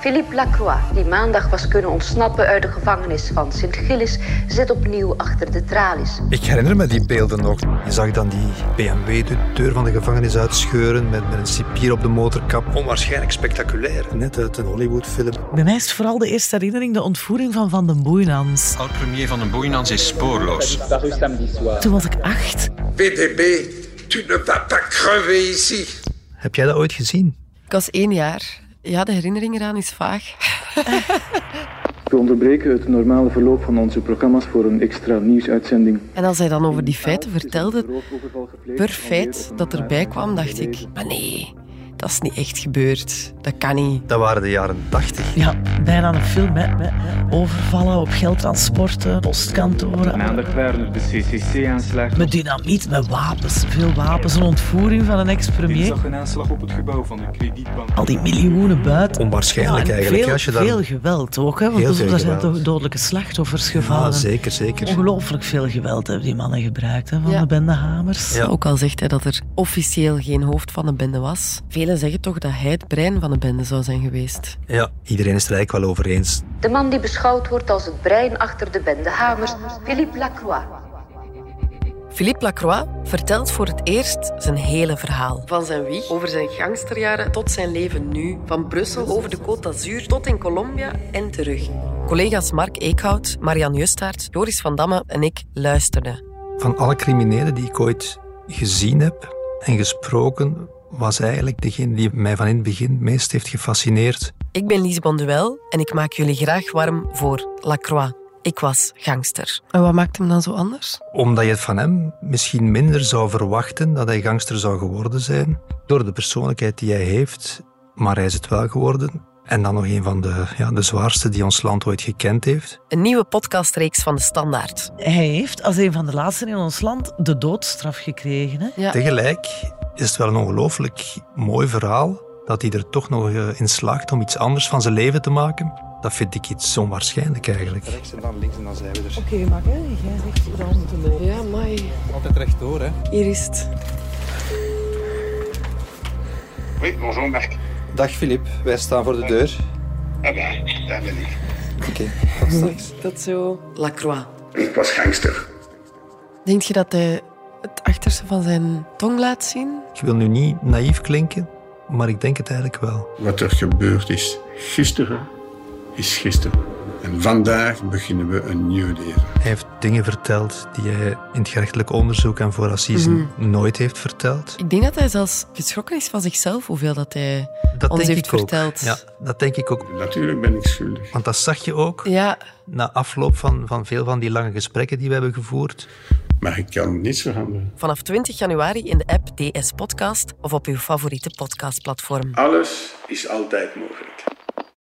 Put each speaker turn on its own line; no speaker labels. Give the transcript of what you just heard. Philippe Lacroix, die maandag was kunnen ontsnappen uit de gevangenis van Sint-Gillis, zit opnieuw achter de tralies.
Ik herinner me die beelden nog. Je zag dan die BMW de deur van de gevangenis uitscheuren met, met een cipier op de motorkap. Onwaarschijnlijk spectaculair. Net uit een Hollywoodfilm.
Bij mij is vooral de eerste herinnering de ontvoering van Van den Boeinans.
Oud-premier Van den Boeinans is spoorloos.
Toen was ik acht.
BDB, tu ne vas pas crever ici.
Heb jij dat ooit gezien?
Ik was één jaar. Ja, de herinnering eraan is vaag.
We onderbreken het normale verloop van onze programma's voor een extra nieuwsuitzending.
En als hij dan over die feiten vertelde, per feit dat erbij kwam, dacht ik... Maar nee, dat is niet echt gebeurd. Dat kan niet.
Dat waren de jaren 80.
Ja, bijna een film. Hè. Met Overvallen op geldtransporten, postkantoren.
Maandag waren er de CCC-aanslagen.
Met dynamiet, met wapens. Veel wapens. Een ontvoering van een
Ik
ex-premier.
zag een aanslag op het gebouw van de kredietbank.
Al die miljoenen buiten.
Onwaarschijnlijk
Ja, en
eigenlijk. hè,
Veel,
als je Ah, daar...
veel geweld ook. Hè, want
Heel
er
veel
zijn
geweld.
toch dodelijke slachtoffers
Ja,
gevallen.
zeker, zeker.
Ongelooflijk veel geweld hebben die mannen gebruikt hè, van
Ja.
de bende Hamers.
Ja.
Ook al zegt hij dat er officieel geen hoofd van de bende was. Velen zeggen toch dat hij het brein van de bende zou zijn geweest.
Ja, iedereen is het er eigenlijk wel over eens.
De man die beschouwd wordt als het brein achter de bende Hamers, Philippe Lacroix.
Philippe Lacroix vertelt voor het eerst zijn hele verhaal. Van zijn wieg, over zijn gangsterjaren tot zijn leven nu. Van Brussel over de Côte d'Azur tot in Colombia en terug. Collega's Mark Eekhout, Marian Justaert, Joris van Damme en ik luisterden.
Van alle criminelen die ik ooit gezien heb en gesproken, was eigenlijk degene die mij van in het begin het meest heeft gefascineerd.
Ik ben Lies Bonduel en ik maak jullie graag warm voor Lacroix. Ik was gangster. En wat maakt hem dan zo anders?
Omdat je het van hem misschien minder zou verwachten dat hij gangster zou geworden zijn. Door de persoonlijkheid die hij heeft, maar hij is het wel geworden. En dan nog een van de, ja, de zwaarste die ons land ooit gekend heeft.
Een nieuwe podcastreeks van De Standaard.
Hij heeft als een van de laatsten in ons land de doodstraf gekregen. Hè.
Ja.
Tegelijk is het wel een ongelooflijk mooi verhaal dat hij er toch nog eh, in slaagt om iets anders van zijn leven te maken. Dat vind ik iets onwaarschijnlijk eigenlijk.
Rechts en dan links en dan Dus- zijn we er.
Oké, maar jij zegt hoe dat moeten lopen.
Ja, mooi.
Altijd rechtdoor, hè?
Hier is het.
Oui, bonjour Marc.
Dag Filip, wij staan voor de deur.
Ah ben, daar ben ik.
Oké, tot straks.
Tot zo. Lacroix.
Ik was gangster.
Denk je dat hij het achterste van zijn tong laat zien?
Ik wil nu niet naïef klinken, maar ik denk het eigenlijk wel.
Wat er gebeurd is gisteren, is gisteren. En vandaag beginnen we een nieuw leven.
Hij heeft dingen verteld die hij in het gerechtelijk onderzoek en voor assisen nooit heeft verteld.
Ik denk dat Mhm. hij zelfs geschrokken is van zichzelf, hoeveel dat hij
Dat
ons
denk
heeft
ik ook.
verteld.
Ja, dat denk ik ook.
Natuurlijk ben ik schuldig.
Want dat zag je ook
Ja,
na afloop van, van veel van die lange gesprekken die we hebben gevoerd.
Maar ik kan niets veranderen.
vanaf 20 januari in de app DS Podcast of op uw favoriete podcastplatform.
Alles is altijd mogelijk.